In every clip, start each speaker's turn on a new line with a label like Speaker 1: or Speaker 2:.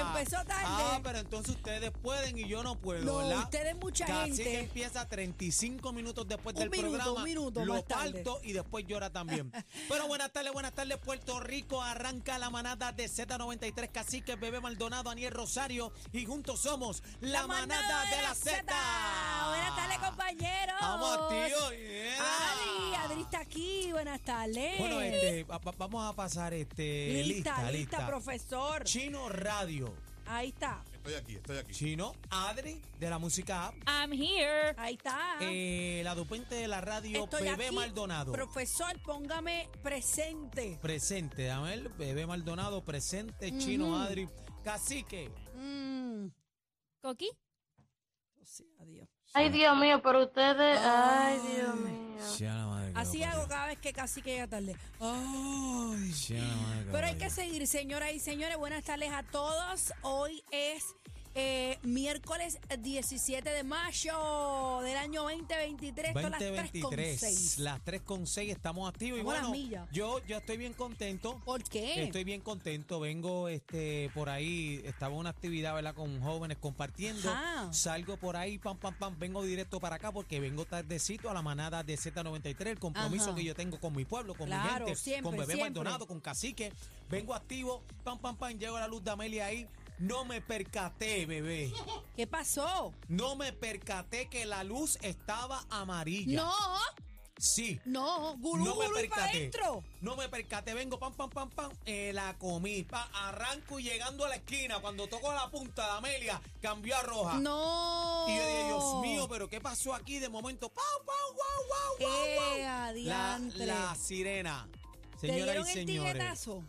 Speaker 1: empezó tarde.
Speaker 2: Ah, pero entonces ustedes pueden y yo no puedo,
Speaker 1: No,
Speaker 2: ¿verdad?
Speaker 1: ustedes mucha
Speaker 2: Así que
Speaker 1: gente.
Speaker 2: empieza 35 minutos después
Speaker 1: Un
Speaker 2: del
Speaker 1: minuto,
Speaker 2: programa.
Speaker 1: un minuto
Speaker 2: lo
Speaker 1: más tarde.
Speaker 2: parto y después llora también. pero buenas tardes, buenas tardes, Puerto Rico. Arranca la manada de Z93 Cacique, Bebé Maldonado, Aniel Rosario. Y juntos somos la, manada, de la Z.
Speaker 1: Buenas tardes, compañeros.
Speaker 2: Vamos, tío. yeah.
Speaker 1: Adri, Adri está aquí. Buenas tardes.
Speaker 2: Bueno, este, va- va- vamos a pasar este,
Speaker 1: Eh. lista,
Speaker 2: lista,
Speaker 1: lista, profesor.
Speaker 2: Chino Radio.
Speaker 1: Ahí está,
Speaker 3: Estoy aquí, estoy aquí.
Speaker 2: Chino, Adri, de la música app.
Speaker 1: Ah.
Speaker 4: I'm here.
Speaker 1: ahí está.
Speaker 2: Eh, la dupente de la radio
Speaker 1: Estoy
Speaker 2: Bebé
Speaker 1: aquí.
Speaker 2: Maldonado.
Speaker 1: Profesor, póngame presente.
Speaker 2: Presente, dame el Bebé Maldonado, presente, Chino Adri. Cacique.
Speaker 1: Mm,
Speaker 4: Coqui.
Speaker 1: o sea, adiós.
Speaker 5: Ay, Dios mío, pero ustedes. Ay,
Speaker 1: Ay.
Speaker 5: Dios mío.
Speaker 1: Así hago cada vez que casi que llega tarde.
Speaker 2: Ah.
Speaker 1: Ay. Pero hay que seguir, señoras y señores. Buenas tardes a todos. Hoy es eh, miércoles 17 de mayo del año 2023. Son las
Speaker 2: 2023,
Speaker 1: 3.6.
Speaker 2: las 3 con 6 estamos activos y
Speaker 1: Vamos a la
Speaker 2: bueno,
Speaker 1: milla.
Speaker 2: yo, yo estoy bien contento,
Speaker 1: ¿Por qué?
Speaker 2: estoy bien contento, vengo este por ahí, estaba en una actividad ¿verdad? con jóvenes compartiendo,
Speaker 1: Ajá.
Speaker 2: salgo por ahí, pam, pam, pam, vengo directo para acá porque vengo tardecito a la manada de Z93, el compromiso
Speaker 1: Ajá.
Speaker 2: que yo tengo con mi pueblo, con mi
Speaker 1: Claro,
Speaker 2: gente,
Speaker 1: siempre,
Speaker 2: con Bebé
Speaker 1: siempre.
Speaker 2: Maldonado, con Cacique, vengo activo, pam, pam, pam, llego a la luz de Amelia ahí, no me percaté, bebé.
Speaker 1: ¿Qué pasó?
Speaker 2: No me percaté que la luz estaba amarilla.
Speaker 1: No,
Speaker 2: Sí.
Speaker 1: no, gurú,
Speaker 2: no me
Speaker 1: gurú y para
Speaker 2: percaté.
Speaker 1: adentro.
Speaker 2: No me percaté. Vengo, pam, pam, pam, pam. eh, la comí. pa, arranco y llegando a la esquina. Cuando toco la punta de Amelia, cambió a roja.
Speaker 1: No.
Speaker 2: Ah. Y yo dije, Dios mío, pero ¿qué pasó aquí de momento? ¡Pau, pau, guau, guau, guau, guau!
Speaker 1: ¡Qué
Speaker 2: La,
Speaker 1: adiantre!
Speaker 2: la sirena.
Speaker 1: ¿Te dieron
Speaker 2: Señoras y
Speaker 1: el
Speaker 2: señores.
Speaker 1: tiquetazo?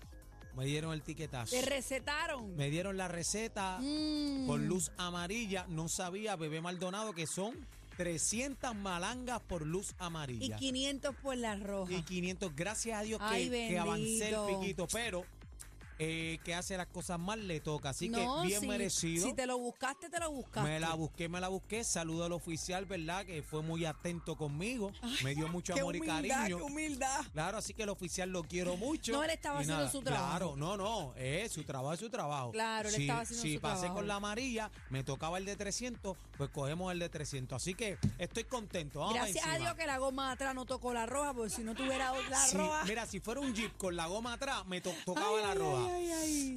Speaker 2: Me dieron el tiquetazo.
Speaker 1: ¿Te recetaron?
Speaker 2: Me dieron la receta
Speaker 1: Mm.
Speaker 2: con luz amarilla. No sabía, bebé Maldonado, que son 300 malangas por luz
Speaker 1: Y
Speaker 2: amarilla.
Speaker 1: 500 por la roja.
Speaker 2: Y 500. Gracias a Dios
Speaker 1: Ay,
Speaker 2: que, que avancé el
Speaker 1: bendito.
Speaker 2: piquito, pero eh, que hace las cosas mal le toca. Así
Speaker 1: No,
Speaker 2: que bien
Speaker 1: si-
Speaker 2: merecido.
Speaker 1: Si te lo buscaste, te lo buscaste.
Speaker 2: Me la busqué, me la busqué. Saludo al oficial, ¿verdad? Que fue muy atento conmigo. me dio mucho
Speaker 1: Qué
Speaker 2: amor y
Speaker 1: humildad,
Speaker 2: cariño.
Speaker 1: qué humildad.
Speaker 2: Claro, así que el oficial lo quiero mucho.
Speaker 1: No, él estaba
Speaker 2: Y
Speaker 1: haciendo
Speaker 2: nada,
Speaker 1: su trabajo.
Speaker 2: Claro, no, no, eh, su trabajo es su trabajo.
Speaker 1: Claro, él
Speaker 2: si,
Speaker 1: estaba haciendo
Speaker 2: si
Speaker 1: su
Speaker 2: pasé
Speaker 1: trabajo.
Speaker 2: con la amarilla, me tocaba el de 300, pues cogemos el de 300. Así que estoy contento. Vamos
Speaker 1: Gracias a
Speaker 2: encima.
Speaker 1: Dios que la goma atrás no tocó la roja, porque si no tuviera la
Speaker 2: Sí,
Speaker 1: roja.
Speaker 2: mira, si fuera un jeep con la goma atrás, me to- tocaba la roja.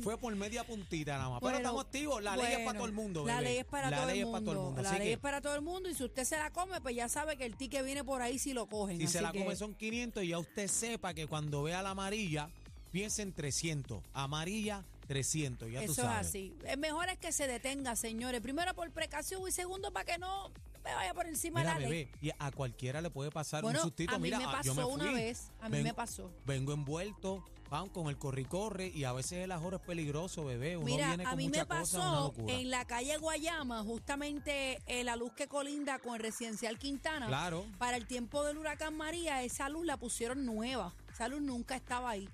Speaker 2: Fue por media puntita nada más.
Speaker 1: Bueno,
Speaker 2: Pero estamos activos. La ley es para
Speaker 1: pues bueno,
Speaker 2: todo el mundo.
Speaker 1: La
Speaker 2: bebé.
Speaker 1: ley es para,
Speaker 2: La
Speaker 1: todo,
Speaker 2: ley
Speaker 1: el
Speaker 2: es para todo el mundo.
Speaker 1: La
Speaker 2: Así
Speaker 1: ley
Speaker 2: que
Speaker 1: es para todo el mundo. Y si usted se la come, pues ya sabe que el ticket viene por ahí si lo cogen.
Speaker 2: si se
Speaker 1: así
Speaker 2: la
Speaker 1: que-
Speaker 2: come son 500 y ya usted sepa que cuando vea la amarilla, piensa en 300. Amarilla, 300. Ya tú
Speaker 1: Eso es
Speaker 2: sabes.
Speaker 1: así. Es mejor es que se detenga, señores. Primero por precaución y segundo para que no me vaya por encima
Speaker 2: Mira,
Speaker 1: la ley.
Speaker 2: bebé, y a cualquiera le puede pasar
Speaker 1: Bueno,
Speaker 2: un sustito.
Speaker 1: a mí
Speaker 2: Mira,
Speaker 1: me
Speaker 2: ah, yo
Speaker 1: pasó una
Speaker 2: fui.
Speaker 1: vez, a mí me pasó.
Speaker 2: Vengo envuelto, van con el corre-corre, y a veces el ajoro es peligroso, bebé. Uno
Speaker 1: Mira,
Speaker 2: viene con
Speaker 1: a mí me
Speaker 2: mucha cosa, una
Speaker 1: pasó
Speaker 2: locura.
Speaker 1: en la calle Guayama, justamente eh, la luz que colinda con Residencial Quintana.
Speaker 2: Claro.
Speaker 1: Para el tiempo del huracán María, esa luz la pusieron nueva. Esa luz nunca estaba ahí.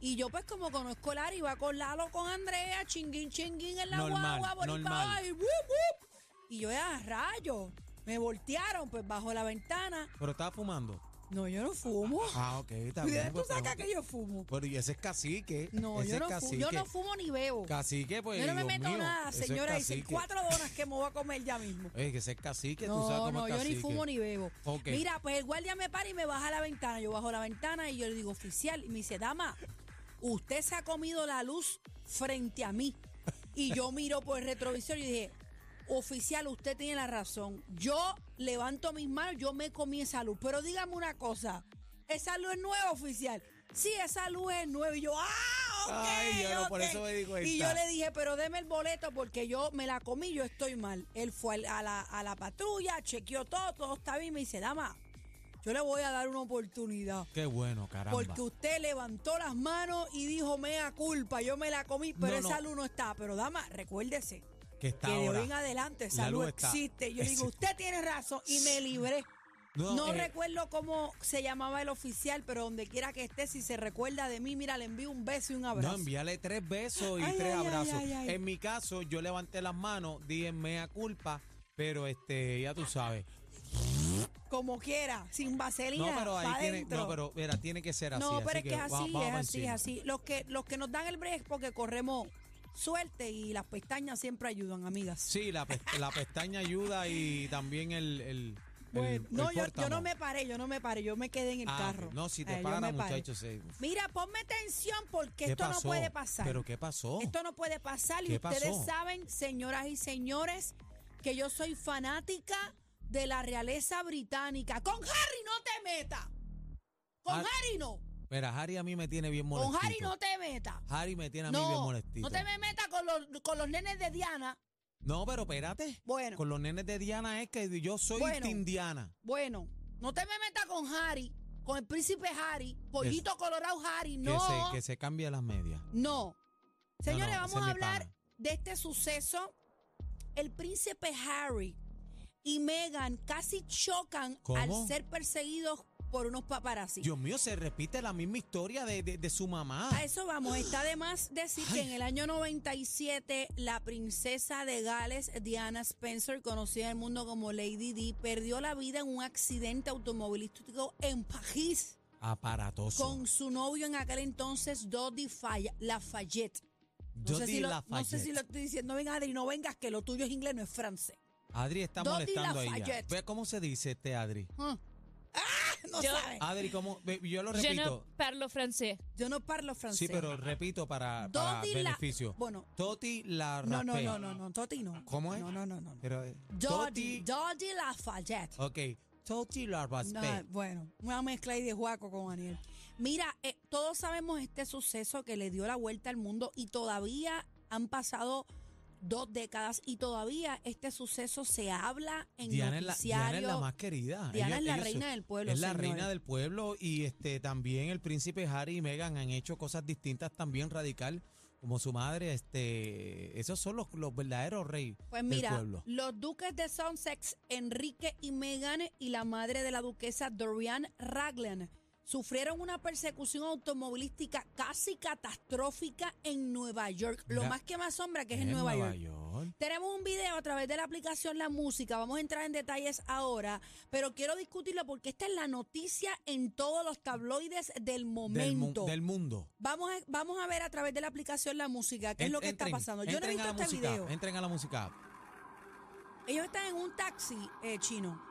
Speaker 1: Y yo, pues, como conozco el área, iba con Lalo, con Andrea, chinguín, chinguín en la
Speaker 2: Normal,
Speaker 1: guagua,
Speaker 2: normal.
Speaker 1: boricua, y wup, wup. Y yo, a rayo, me voltearon, pues, bajo la ventana.
Speaker 2: Pero estaba fumando.
Speaker 1: No, yo no fumo.
Speaker 2: Ah, ok, está
Speaker 1: ¿De
Speaker 2: bien.
Speaker 1: tú
Speaker 2: pues,
Speaker 1: sacas
Speaker 2: pero-
Speaker 1: que yo fumo?
Speaker 2: Pero y ese es cacique.
Speaker 1: No,
Speaker 2: ese
Speaker 1: yo
Speaker 2: es
Speaker 1: no, fumo,
Speaker 2: cacique.
Speaker 1: yo no fumo ni bebo.
Speaker 2: Cacique, pues.
Speaker 1: Yo no me
Speaker 2: Dios
Speaker 1: meto
Speaker 2: mío,
Speaker 1: nada,
Speaker 2: eso es
Speaker 1: señora. Dicen
Speaker 2: cacique.
Speaker 1: cuatro donas que me voy a comer ya mismo.
Speaker 2: Oye, que ese es cacique, tú sabes
Speaker 1: No,
Speaker 2: cómo
Speaker 1: no,
Speaker 2: es
Speaker 1: yo ni
Speaker 2: cacique.
Speaker 1: fumo ni bebo.
Speaker 2: Ok.
Speaker 1: Mira, pues el guardia me para y me baja la ventana. Yo bajo la ventana y yo le digo, oficial, y me dice, dama, usted se ha comido la luz frente a mí. Y yo miro por el retrovisor y dije, oficial, usted tiene la razón. Yo levanto mis manos, yo me comí esa luz. Pero dígame una cosa, esa luz es nueva, oficial. Sí, esa luz es nueva. Y yo, ah, ok,
Speaker 2: Ay, yo no, por
Speaker 1: ok".
Speaker 2: eso me di cuenta.
Speaker 1: Y yo le dije, pero deme el boleto porque yo me la comí, yo estoy mal. Él fue al- a la, a la patrulla, chequeó todo, todo está bien. Me dice, dama, Yo le voy a dar una oportunidad.
Speaker 2: Qué bueno, caramba.
Speaker 1: Porque usted levantó las manos y dijo, mea culpa, yo me la comí, pero
Speaker 2: No, no.
Speaker 1: esa luz no está. Pero dama, recuérdese
Speaker 2: que está
Speaker 1: que de
Speaker 2: ahora.
Speaker 1: hoy en adelante esa
Speaker 2: La
Speaker 1: luz
Speaker 2: luz está.
Speaker 1: existe. Yo
Speaker 2: Es-
Speaker 1: digo, usted tiene razón y me libré. No,
Speaker 2: No, eh,
Speaker 1: recuerdo cómo se llamaba el oficial, pero donde quiera que esté, si se recuerda de mí, mira, le envío un beso y un abrazo.
Speaker 2: No, envíale tres besos y
Speaker 1: Ay,
Speaker 2: tres
Speaker 1: ay, ay,
Speaker 2: abrazos.
Speaker 1: ay, ay.
Speaker 2: En mi caso, yo levanté las manos, dije mea culpa, pero este, ya tú sabes.
Speaker 1: Como quiera, sin vaselina,
Speaker 2: no, pero ahí
Speaker 1: pa'
Speaker 2: tiene,
Speaker 1: adentro.
Speaker 2: no, pero mira, tiene que ser así.
Speaker 1: No, pero
Speaker 2: así
Speaker 1: es que es así,
Speaker 2: va- vamos
Speaker 1: es
Speaker 2: pa'
Speaker 1: así, es
Speaker 2: encima.
Speaker 1: así. Los que, los que nos dan el break es porque corremos suerte y las pestañas siempre ayudan, amigas.
Speaker 2: Sí, la, pe- la pestaña ayuda y también el. el-
Speaker 1: Bueno,
Speaker 2: el- el
Speaker 1: no, yo, yo
Speaker 2: pórtamo.
Speaker 1: no me paré, yo no me paré, yo me quedé en el
Speaker 2: Ah,
Speaker 1: carro.
Speaker 2: ok. No, si te
Speaker 1: Eh, yo
Speaker 2: para,
Speaker 1: me paré.
Speaker 2: muchachos. eh,
Speaker 1: Mira, ponme atención porque
Speaker 2: ¿Qué
Speaker 1: esto no
Speaker 2: pasó?
Speaker 1: puede pasar.
Speaker 2: ¿Pero qué pasó?
Speaker 1: Esto no puede pasar y
Speaker 2: Oh. ¿Qué
Speaker 1: ustedes
Speaker 2: pasó?
Speaker 1: saben, señoras y señores, que yo soy fanática de la realeza británica. Con Harry no te meta. Con
Speaker 2: Ah,
Speaker 1: Harry no.
Speaker 2: Mira, Harry a mí me tiene bien
Speaker 1: Con
Speaker 2: molestito.
Speaker 1: Harry no te meta.
Speaker 2: Harry me tiene a mí bien
Speaker 1: No,
Speaker 2: molestito.
Speaker 1: no te me metas con los, con los nenes de Diana.
Speaker 2: No, pero espérate.
Speaker 1: Bueno.
Speaker 2: Con los nenes de Diana es que yo soy
Speaker 1: Bueno.
Speaker 2: Team Diana.
Speaker 1: Bueno, no te me metas con Harry, con el príncipe Harry, pollito colorado Harry, no.
Speaker 2: Que, se, que se cambie las medias.
Speaker 1: No. Señores,
Speaker 2: no, ese
Speaker 1: vamos
Speaker 2: es
Speaker 1: a
Speaker 2: mi
Speaker 1: hablar
Speaker 2: pana.
Speaker 1: de este suceso. El príncipe Harry y Meghan casi chocan
Speaker 2: ¿Cómo?
Speaker 1: al ser perseguidos por unos paparazzi.
Speaker 2: Dios mío, se repite la misma historia de, de- de su mamá.
Speaker 1: A eso vamos. Está de más decir que en el año 97 la princesa de Gales, Diana Spencer, conocida en el mundo como Lady D, perdió la vida en un accidente automovilístico en París.
Speaker 2: Aparatoso.
Speaker 1: con su novio en aquel entonces, Dodi Falla- Lafayette. No,
Speaker 2: Yo
Speaker 1: sé
Speaker 2: di
Speaker 1: si lo,
Speaker 2: la
Speaker 1: no sé si
Speaker 2: Fayette.
Speaker 1: lo estoy diciendo bien, Adri, no vengas, que lo tuyo es inglés, no es francés.
Speaker 2: Adri está
Speaker 1: Dodi
Speaker 2: molestando a ella.
Speaker 1: Lafayette.
Speaker 2: Ve cómo se dice este Adri.
Speaker 1: Ah. Ah, no
Speaker 3: Yo-
Speaker 1: sabes.
Speaker 2: Adri, ¿cómo? Ve, Yo lo
Speaker 3: Je ne
Speaker 2: repito.
Speaker 3: parle français.
Speaker 1: Yo no parlo francés.
Speaker 2: Sí, pero repito para, para
Speaker 1: Dodi la-
Speaker 2: beneficio.
Speaker 1: bueno.
Speaker 2: Toti la
Speaker 1: No, no,
Speaker 2: rapé.
Speaker 1: no, no, no, Toti no.
Speaker 2: ¿Cómo es?
Speaker 1: No, no, no, no. no.
Speaker 2: Pero, eh, Toti.
Speaker 1: Dodi, Dodi Lafayette.
Speaker 2: Ok. Toti la
Speaker 1: No,
Speaker 2: raspé.
Speaker 1: bueno, una mezcla ahí de Juaco con Daniel. Mira, eh, todos sabemos este suceso que le dio la vuelta al mundo y todavía han pasado dos décadas y todavía este suceso se habla en
Speaker 2: Diana es, la,
Speaker 1: noticiario.
Speaker 2: Diana es la más querida.
Speaker 1: Diana es la
Speaker 2: son-
Speaker 1: reina del pueblo,
Speaker 2: Es la
Speaker 1: señores.
Speaker 2: reina del pueblo y este también el príncipe Harry y Meghan han hecho cosas distintas también radical como su madre. Este, esos son los, los verdaderos reyes
Speaker 1: Pues
Speaker 2: del
Speaker 1: mira,
Speaker 2: pueblo.
Speaker 1: los duques de Sussex, Enrique y Meghan, y la madre de la duquesa Dorian Raglan, sufrieron una persecución automovilística casi catastrófica en Nueva York. Lo
Speaker 2: Mira,
Speaker 1: más que me asombra que es en
Speaker 2: En
Speaker 1: Nueva, York.
Speaker 2: York.
Speaker 1: Tenemos un video a través de la aplicación La Música. Vamos a entrar en detalles ahora, pero quiero discutirlo porque esta es la noticia en todos los tabloides del
Speaker 2: Del, mu-
Speaker 1: momento.
Speaker 2: del mundo.
Speaker 1: Vamos, a, vamos a ver a través de la aplicación La Música qué es
Speaker 2: En-
Speaker 1: lo que
Speaker 2: entren,
Speaker 1: está pasando. Yo no he
Speaker 2: entren a
Speaker 1: visto
Speaker 2: la
Speaker 1: este
Speaker 2: música,
Speaker 1: video.
Speaker 2: Entren a la música.
Speaker 1: Ellos están en un taxi eh, chino.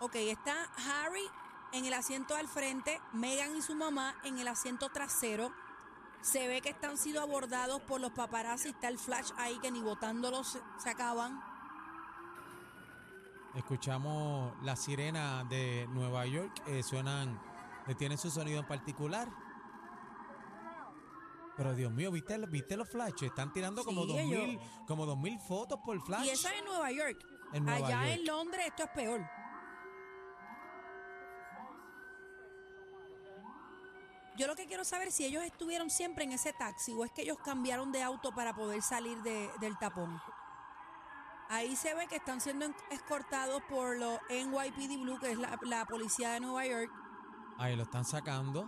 Speaker 1: Ok, está Harry en el asiento al frente, Megan y su mamá en el asiento trasero. Se ve que están siendo abordados por los paparazzi. Está el flash ahí que ni botándolos se- se acaban.
Speaker 2: Escuchamos la sirena de Nueva York. eh, suenan, eh, tienen su sonido en particular. Pero Dios mío, ¿viste, el- viste los flashes? Están tirando como
Speaker 1: Sí,
Speaker 2: 2000
Speaker 1: ellos-
Speaker 2: como 2000 fotos por flash.
Speaker 1: Y eso es en Nueva York.
Speaker 2: En Nueva
Speaker 1: Allá
Speaker 2: York.
Speaker 1: en Londres esto es peor. Yo lo que quiero saber es si ellos estuvieron siempre en ese taxi o es que ellos cambiaron de auto para poder salir de- del tapón. Ahí se ve que están siendo en- escortados por los NYPD Blue, que es la, la policía de Nueva York.
Speaker 2: Ahí lo están sacando.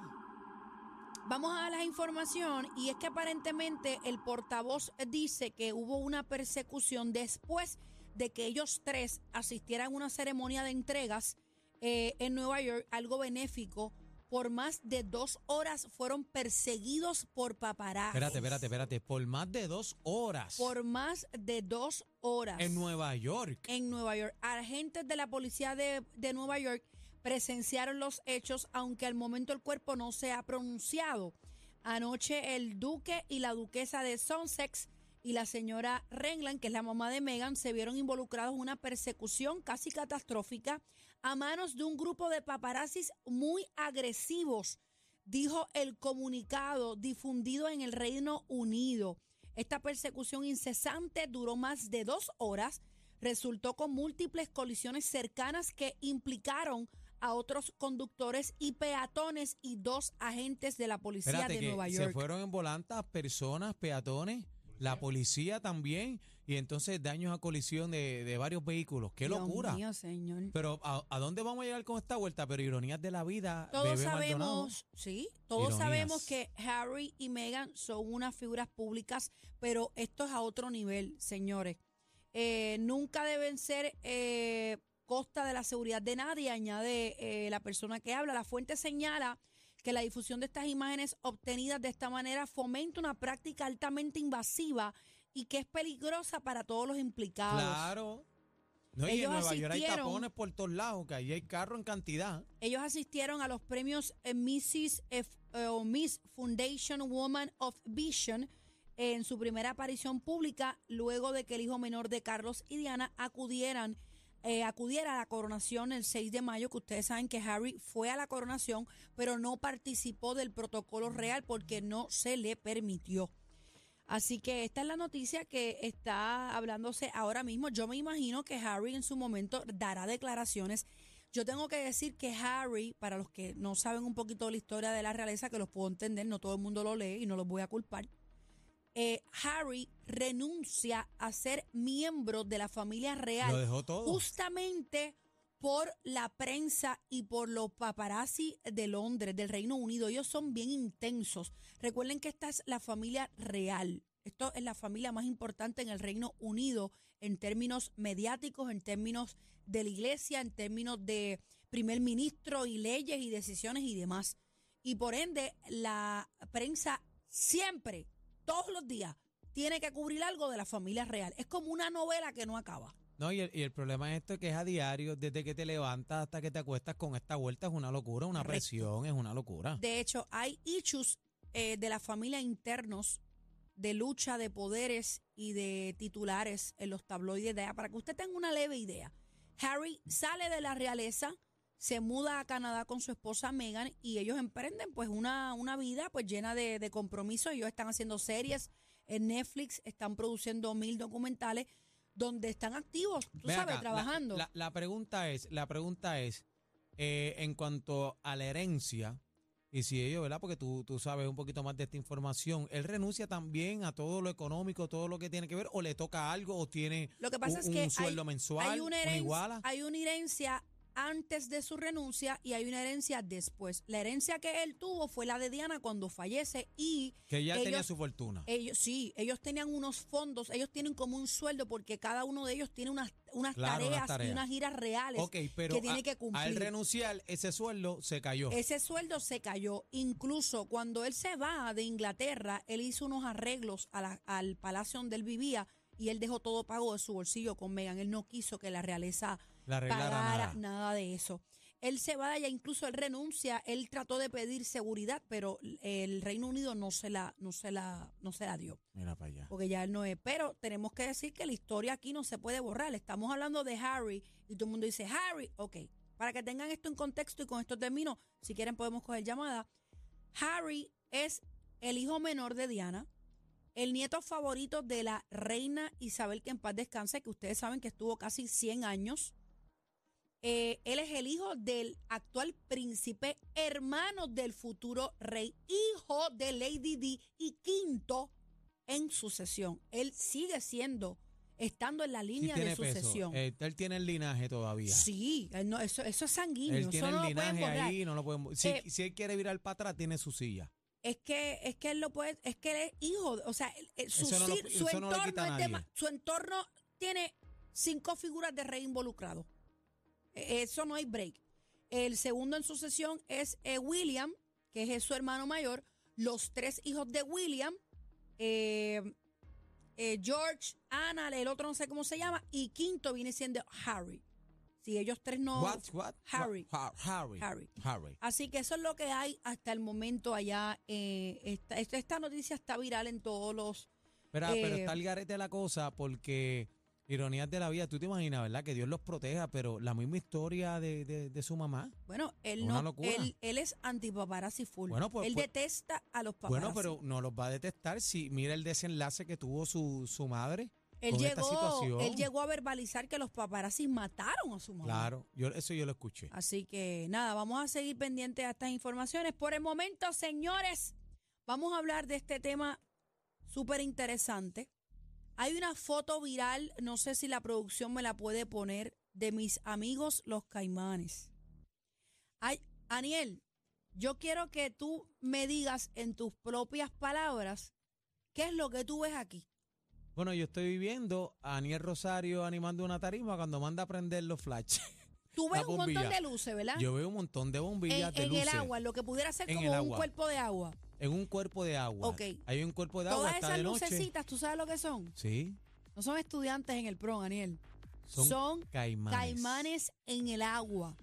Speaker 1: Vamos a la información y es que aparentemente el portavoz dice que hubo una persecución después de que ellos tres asistieran a una ceremonia de entregas eh, en Nueva York, algo benéfico. Por más de dos horas fueron perseguidos por paparazzi.
Speaker 2: Espérate, espérate, espérate. Por más de dos horas
Speaker 1: Por más de dos horas
Speaker 2: en Nueva York.
Speaker 1: en Nueva York. Agentes de la policía de, de Nueva York presenciaron los hechos, aunque al momento el cuerpo no se ha pronunciado. Anoche el duque y la duquesa de Sussex y la señora Rengland, que es la mamá de Meghan, se vieron involucrados en una persecución casi catastrófica a manos de un grupo de paparazzis muy agresivos, dijo el comunicado difundido en el Reino Unido. Esta persecución incesante duró más de dos horas, resultó con múltiples colisiones cercanas que implicaron a otros conductores y peatones y dos agentes de la policía
Speaker 2: Espérate,
Speaker 1: de
Speaker 2: que
Speaker 1: Nueva
Speaker 2: se
Speaker 1: York.
Speaker 2: fueron en volantas personas, peatones, la policía también, y entonces daños a colisión de, de varios vehículos. ¡Qué
Speaker 1: Dios
Speaker 2: locura!
Speaker 1: mío, señor.
Speaker 2: Pero ¿a, a dónde vamos a llegar con esta vuelta? Pero ironías de la vida.
Speaker 1: Todos
Speaker 2: Bebé Maldonado.
Speaker 1: sabemos, sí, todos
Speaker 2: Ironías.
Speaker 1: sabemos que Harry y Meghan son unas figuras públicas, pero esto es a otro nivel, señores. Eh, nunca deben ser eh, costa de la seguridad de nadie, añade eh, la persona que habla. La fuente señala que la difusión de estas imágenes obtenidas de esta manera fomenta una práctica altamente invasiva y que es peligrosa para todos los implicados.
Speaker 2: Claro. No, y en
Speaker 1: Ellos
Speaker 2: Nueva York hay
Speaker 1: asistieron-
Speaker 2: tapones por todos lados, que ahí hay carro en cantidad.
Speaker 1: Ellos asistieron a los premios eh, Mrs. F- eh, o Miss Foundation Woman of Vision en su primera aparición pública, luego de que el hijo menor de Carlos y Diana acudieran, eh, acudiera a la coronación el 6 de mayo, que ustedes saben que Harry fue a la coronación, pero no participó del protocolo real porque no se le permitió. Así que esta es la noticia que está hablándose ahora mismo. Yo me imagino que Harry en su momento dará declaraciones. Yo tengo que decir que Harry, para los que no saben un poquito de la historia de la realeza, que los puedo entender, no todo el mundo lo lee y no los voy a culpar. eh, Harry renuncia a ser miembro de la familia real
Speaker 2: Lo dejó todo.
Speaker 1: justamente por la prensa y por los paparazzi de Londres, del Reino Unido. Ellos son bien intensos. Recuerden que esta es la familia real. Esto es la familia más importante en el Reino Unido en términos mediáticos, en términos de la iglesia, en términos de primer ministro y leyes y decisiones y demás. Y por ende, la prensa siempre, todos los días, tiene que cubrir algo de la familia real. Es como una novela que no acaba.
Speaker 2: No, y el, y el problema es esto que es a diario, desde que te levantas hasta que te acuestas con esta vuelta, es una locura, una
Speaker 1: Correcto.
Speaker 2: presión, es una locura.
Speaker 1: De hecho, hay issues eh, de la familia internos de lucha de poderes y de titulares en los tabloides de allá, para que usted tenga una leve idea. Harry sale de la realeza, se muda a Canadá con su esposa Meghan y ellos emprenden pues una, una vida pues llena de, de compromisos. Ellos están haciendo series en Netflix, están produciendo mil documentales donde están activos, tú
Speaker 2: Ven acá,
Speaker 1: sabes,
Speaker 2: la-
Speaker 1: trabajando.
Speaker 2: La, la pregunta es, la pregunta es, eh, en cuanto a la herencia, y si ellos, ¿verdad? Porque tú, tú sabes un poquito más de esta información, ¿él renuncia también a todo lo económico, todo lo que tiene que ver, o le toca algo, o tiene
Speaker 1: Lo que pasa
Speaker 2: un,
Speaker 1: es que
Speaker 2: un
Speaker 1: hay-
Speaker 2: sueldo mensual,
Speaker 1: hay una, herencia,
Speaker 2: iguala?
Speaker 1: hay una herencia antes de su renuncia y hay una herencia después. La herencia que él tuvo fue la de Diana cuando fallece y
Speaker 2: que ya tenía
Speaker 1: ellos-
Speaker 2: su fortuna.
Speaker 1: ellos sí, ellos tenían unos fondos, ellos tienen como un sueldo porque cada uno de ellos tiene unas, unas,
Speaker 2: Claro, unas
Speaker 1: tareas y
Speaker 2: tareas.
Speaker 1: unas giras reales.
Speaker 2: ok, pero
Speaker 1: que tiene
Speaker 2: a-
Speaker 1: que cumplir.
Speaker 2: al renunciar, ese sueldo se cayó.
Speaker 1: Ese sueldo se cayó. Incluso cuando él se va de Inglaterra, él hizo unos arreglos a la- al palacio donde él vivía y él dejó todo pago de su bolsillo con Megan. Él no quiso que la realeza
Speaker 2: La arreglara
Speaker 1: pagara
Speaker 2: nada.
Speaker 1: de eso. Él se va de allá, incluso él renuncia, él trató de pedir seguridad, pero el Reino Unido no se la, no se la, no se la dio
Speaker 2: Mira para allá.
Speaker 1: porque ya él no es. Pero tenemos que decir que la historia aquí no se puede borrar. Estamos hablando de Harry y todo el mundo dice Harry. Ok, para que tengan esto en contexto y con esto termino, si quieren podemos coger llamada. Harry es el hijo menor de Diana, el nieto favorito de la reina Isabel, que en paz descanse, que ustedes saben que estuvo casi 100 años. Eh, él es el hijo del actual príncipe, hermano del futuro rey, hijo de Lady D y quinto en sucesión. Él sigue siendo, estando en la
Speaker 2: Sí
Speaker 1: línea de
Speaker 2: tiene peso.
Speaker 1: sucesión.
Speaker 2: Eh, él tiene el linaje todavía.
Speaker 1: sí, él no, eso, eso es sanguíneo,
Speaker 2: Él tiene
Speaker 1: eso no
Speaker 2: el
Speaker 1: lo pueden
Speaker 2: linaje
Speaker 1: borrar.
Speaker 2: ahí, no lo pueden. Si,
Speaker 1: Eh,
Speaker 2: si él quiere virar para atrás, tiene su silla.
Speaker 1: Es que, es que él lo puede, es que él es hijo, de- o sea, él- él- su,
Speaker 2: Eso no lo-
Speaker 1: cir- su
Speaker 2: eso no lo
Speaker 1: entorno
Speaker 2: quita
Speaker 1: es
Speaker 2: nadie.
Speaker 1: dema- su entorno tiene cinco figuras de rey involucrado. E- Eso no hay break. El segundo en sucesión es eh, William, que es su hermano mayor, los tres hijos de William, eh, eh, George, Ana, el otro no sé cómo se llama, y quinto viene siendo Harry. Si ellos tres no...
Speaker 2: What, what?
Speaker 1: Harry.
Speaker 2: What? Ha- Harry.
Speaker 1: Harry.
Speaker 2: Harry.
Speaker 1: Así que eso es lo que hay hasta el momento allá. eh, esta, esta- esta noticia está viral en todos los...
Speaker 2: Pero, pero
Speaker 1: Eh,
Speaker 2: está el garete la cosa porque, ironías de la vida, tú te imaginas, ¿verdad? Que Dios los proteja, pero la misma historia de, de- de su mamá.
Speaker 1: Bueno, él
Speaker 2: Una
Speaker 1: no...
Speaker 2: locura.
Speaker 1: Él, él es antipaparazzi full.
Speaker 2: Bueno, pues-
Speaker 1: él
Speaker 2: pues-
Speaker 1: detesta a los paparazzi.
Speaker 2: Bueno, pero no los va a detestar si mira el desenlace que tuvo su, su madre.
Speaker 1: Él
Speaker 2: con esta
Speaker 1: llegó,
Speaker 2: situación.
Speaker 1: él llegó a verbalizar que los paparazzis mataron a su mamá.
Speaker 2: Claro, yo, eso yo lo escuché.
Speaker 1: Así que nada, vamos a seguir pendientes a estas informaciones. Por el momento, señores, vamos a hablar de este tema súper interesante. Hay una foto viral, no sé si la producción me la puede poner, de mis amigos los caimanes. Ay, Aniel, yo quiero que tú me digas en tus propias palabras qué es lo que tú ves aquí.
Speaker 2: Bueno, yo estoy viviendo a Aniel Rosario animando una tarima cuando manda a prender los flashes.
Speaker 1: Tú ves
Speaker 2: La
Speaker 1: un montón
Speaker 2: bombilla.
Speaker 1: de luces, ¿verdad?
Speaker 2: Yo veo un montón de bombillas
Speaker 1: en
Speaker 2: de
Speaker 1: en el
Speaker 2: luces
Speaker 1: agua, lo que pudiera ser
Speaker 2: En
Speaker 1: como
Speaker 2: el
Speaker 1: un
Speaker 2: agua.
Speaker 1: cuerpo de agua.
Speaker 2: en un cuerpo de agua.
Speaker 1: Ok.
Speaker 2: Hay un cuerpo de agua,
Speaker 1: Todas
Speaker 2: está
Speaker 1: esas
Speaker 2: de noche.
Speaker 1: lucecitas, ¿tú sabes lo que son?
Speaker 2: Sí,
Speaker 1: No son estudiantes en el PRON, Daniel.
Speaker 2: son,
Speaker 1: Son
Speaker 2: caimanes.
Speaker 1: Caimanes en el agua.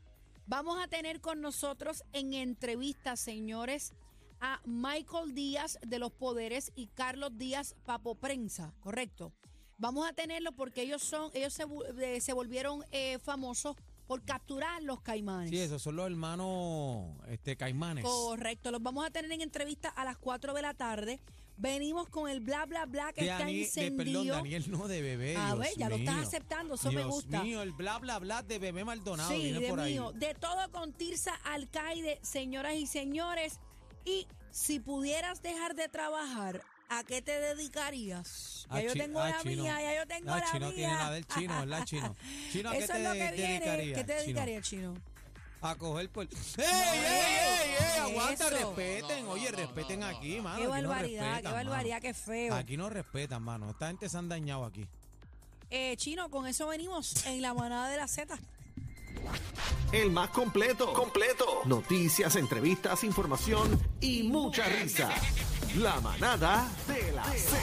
Speaker 1: Vamos a tener con nosotros en entrevista, señores, a Michael Díaz de Los Poderes y Carlos Díaz Papo Prensa, ¿correcto? Vamos a tenerlo porque ellos son, ellos se, vu- eh, se volvieron eh, famosos por capturar los caimanes.
Speaker 2: Sí, esos son los hermanos este, caimanes.
Speaker 1: Correcto, los vamos a tener en entrevista a las 4 de la tarde. Venimos con el bla bla bla que
Speaker 2: de,
Speaker 1: está
Speaker 2: Ani- de-
Speaker 1: encendido.
Speaker 2: perdón, Daniel, no de bebé.
Speaker 1: A
Speaker 2: Dios
Speaker 1: ver, ya lo
Speaker 2: mío.
Speaker 1: estás aceptando, eso me
Speaker 2: Dios
Speaker 1: gusta.
Speaker 2: mío, el bla, bla, bla de bebé Maldonado
Speaker 1: sí,
Speaker 2: viene
Speaker 1: de
Speaker 2: por ahí.
Speaker 1: mío. De todo con Tirsa Alcaide, señoras y señores. Y si pudieras dejar de trabajar, ¿a qué te dedicarías? Ya
Speaker 2: Ah,
Speaker 1: yo
Speaker 2: chi-
Speaker 1: tengo
Speaker 2: ah,
Speaker 1: la
Speaker 2: chino.
Speaker 1: mía, ya yo tengo
Speaker 2: Ah,
Speaker 1: la
Speaker 2: chino
Speaker 1: mía.
Speaker 2: tiene la del chino, ¿verdad, chino? Chino, ¿a qué
Speaker 1: Eso
Speaker 2: te
Speaker 1: es lo que viene.
Speaker 2: dedicarías,
Speaker 1: ¿Qué te
Speaker 2: chino?
Speaker 1: dedicaría, chino?
Speaker 2: A coger por... ¡Ey, ey, ey, ey! Aguanta,
Speaker 1: Eso.
Speaker 2: respeten. Oye, respeten aquí, mano. aquí Ah,
Speaker 1: Qué
Speaker 2: no
Speaker 1: barbaridad,
Speaker 2: respetan,
Speaker 1: qué barbaridad,
Speaker 2: mano.
Speaker 1: qué feo.
Speaker 2: Aquí no respetan, mano. Esta gente se han dañado aquí.
Speaker 1: Eh, chino, con eso venimos en la manada de la Z.
Speaker 3: El más completo. Completo. Noticias, entrevistas, información y mucha risa. La manada de la Z.